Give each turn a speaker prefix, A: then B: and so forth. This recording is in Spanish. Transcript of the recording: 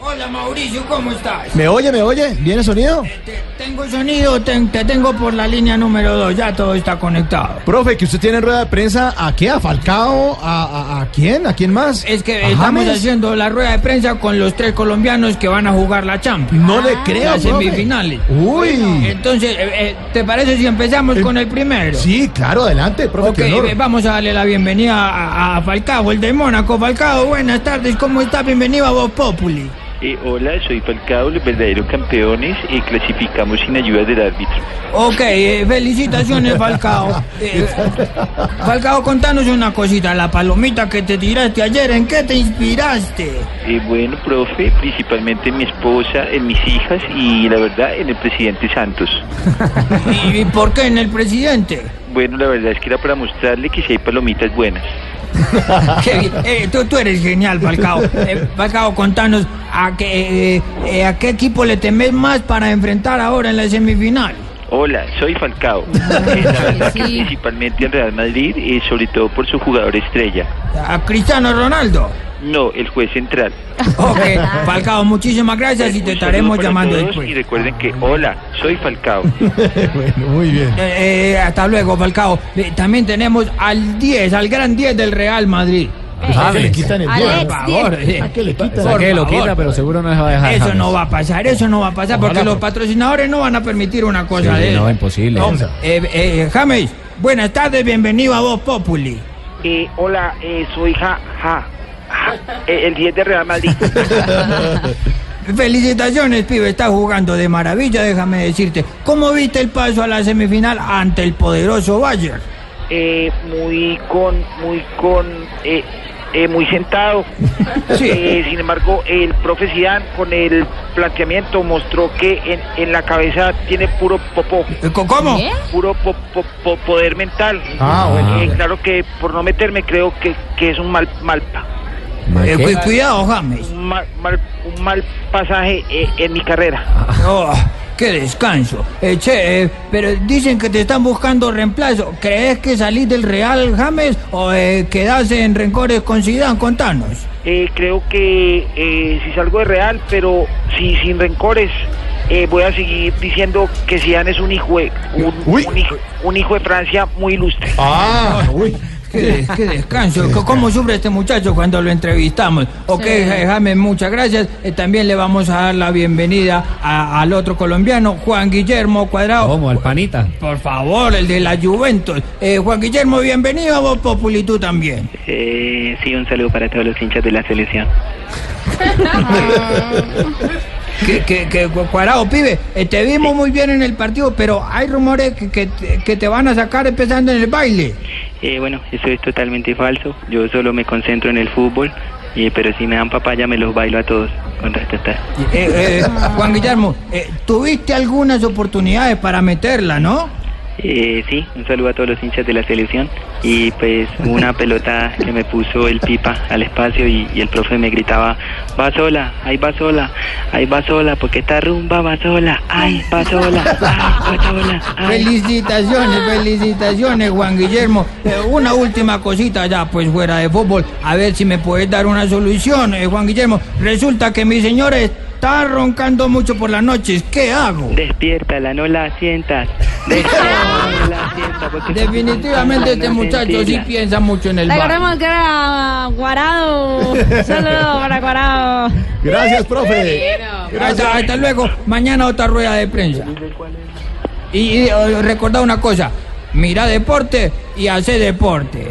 A: Hola Mauricio, ¿cómo estás?
B: ¿Me oye, me oye? ¿Viene sonido?
A: Te- tengo sonido, te, te tengo por la línea número 2, ya todo está conectado.
B: Profe, que usted tiene en rueda de prensa, ¿a qué? ¿A Falcao? ¿A, a, a quién? ¿A quién más?
A: Es que
B: ¿A
A: estamos
B: James?
A: haciendo la rueda de prensa con los tres colombianos que van a jugar la Champions. Ah,
B: No le creo,
A: las
B: profe.
A: semifinales.
B: Uy. Eh,
A: Entonces, eh, eh, ¿te parece si empezamos con el primero?
B: Sí, claro, adelante, profe.
A: Ok,
B: qué honor.
A: eh, vamos a darle la bienvenida a, a Falcao, el de Mónaco. Falcao, buenas tardes, ¿cómo estás? Bienvenido a Voz Populi.
C: Eh, hola, soy Falcao, los verdaderos campeones y clasificamos sin ayuda del árbitro.
A: Ok, eh, felicitaciones Falcao. Eh, Falcao, contanos una cosita, la palomita que te tiraste ayer, ¿en qué te inspiraste?
C: Eh, bueno, profe, principalmente en mi esposa, en mis hijas y la verdad en el presidente Santos.
A: ¿Y, y por qué en el presidente?
C: Bueno, la verdad es que era para mostrarle que si hay palomitas buenas.
A: Qué bien. Eh, tú, tú eres genial, Falcao. Eh, Falcao, contanos, ¿a qué, eh, eh, ¿a qué equipo le temes más para enfrentar ahora en la semifinal?
C: Hola, soy Falcao. Eh, la verdad que principalmente en Real Madrid, eh, sobre todo por su jugador estrella.
A: ¿A Cristiano Ronaldo?
C: No, el juez central.
A: Ok, Falcao, muchísimas gracias y te
C: Un saludo
A: estaremos
C: para
A: llamando
C: todos
A: después.
C: Y recuerden que, hola, soy Falcao.
B: bueno, muy bien.
A: Eh, eh, hasta luego, Falcao. Eh, también tenemos al 10, al gran 10 del Real Madrid.
B: Pues, ¿A qué le quitan el
A: Por
B: dedo?
A: favor, eh,
B: ¿A qué le quitan
A: Por
B: el
D: que lo
A: favor.
D: quita, pero seguro no les va a dejar.
A: Eso
D: James.
A: no va a pasar, eso no va a pasar, porque los patrocinadores no van a permitir una cosa
D: Sí,
A: de
D: no,
A: eso.
D: imposible.
A: Hombre, eh, eh, James, buenas tardes, bienvenido a Voz Populi.
E: Eh, hola, eh, soy Ja, Ja, Ja, eh, el 10 de Real Madrid.
A: Felicitaciones, pibe, está jugando de maravilla, déjame decirte. ¿Cómo viste el paso a la semifinal ante el poderoso Bayern?
E: Eh, muy con, muy con, eh, eh, muy sentado.
A: Sí.
E: Eh, sin embargo, el profe Zidane con el planteamiento mostró que en, en la cabeza tiene puro popó,
A: Eh, co- ¿Cómo?
E: puro po- po- po- poder mental.
B: Ah, bueno.
E: Eh, claro que por no meterme creo que, que es un mal, mal, pa-
A: Eh, cu- cuidado, James.
E: un mal, mal- un mal pasaje eh, en mi carrera.
A: Oh, qué descanso. Eh, che, eh, pero dicen que te están buscando reemplazo. ¿Crees que salís del Real James o eh, quedás en rencores con Zidane? Contanos.
E: Eh, creo que eh, si salgo de Real, pero si sin rencores, eh, voy a seguir diciendo que Zidane es un hijo de, un,
B: Uy.
E: un hijo, un hijo de Francia muy ilustre.
B: Ah, uy.
A: Qué, des- qué descanso. Co- ¿Cómo sufre este muchacho cuando lo entrevistamos? Ok, eh, James, muchas gracias. Eh, también le vamos a dar la bienvenida a- al otro colombiano, Juan Guillermo Cuadrado.
D: ¿Cómo? Al panita.
A: Por favor, el de la Juventus. Eh, Juan Guillermo, bienvenido a vos, Populi, tú también.
C: Eh, sí, un saludo para todos los hinchas de la selección.
A: Que, que, que, cu- cuadrado, pibe, eh, te vimos muy bien en el partido, pero hay rumores que, que, te- que te van a sacar empezando en el baile.
C: Eh, bueno, eso es totalmente falso. Yo solo me concentro en el fútbol, eh, pero si me dan papaya me los bailo a todos con respetar.
A: Eh, eh, Juan Guillermo, eh, tuviste algunas oportunidades para meterla, ¿no?
C: Eh, sí, un saludo a todos los hinchas de la selección y pues una pelota que me puso el pipa al espacio y, y el profe me gritaba, va sola, ahí va sola, ahí va sola, porque esta rumba va sola, ay, va sola, ay, va sola. ay".
A: Felicitaciones, felicitaciones, Juan Guillermo. Eh, una última cosita ya, pues fuera de fútbol, a ver si me puedes dar una solución, eh, Juan Guillermo. Resulta que mi señora está roncando mucho por las noches, ¿qué hago?
C: Despiértala, no la sientas. Despiértala, no la sientas, porque-
A: Definitivamente este
C: No
A: muchacho sí
C: sentirla.
A: piensa mucho en el
F: Le
A: bar.
F: queremos que era Guarado. Un saludo para Guarado.
B: Gracias, profe.
A: Hasta, hasta luego. Mañana otra rueda de prensa. Y, y, eh, recordad una cosa. Mira deporte y hace deporte.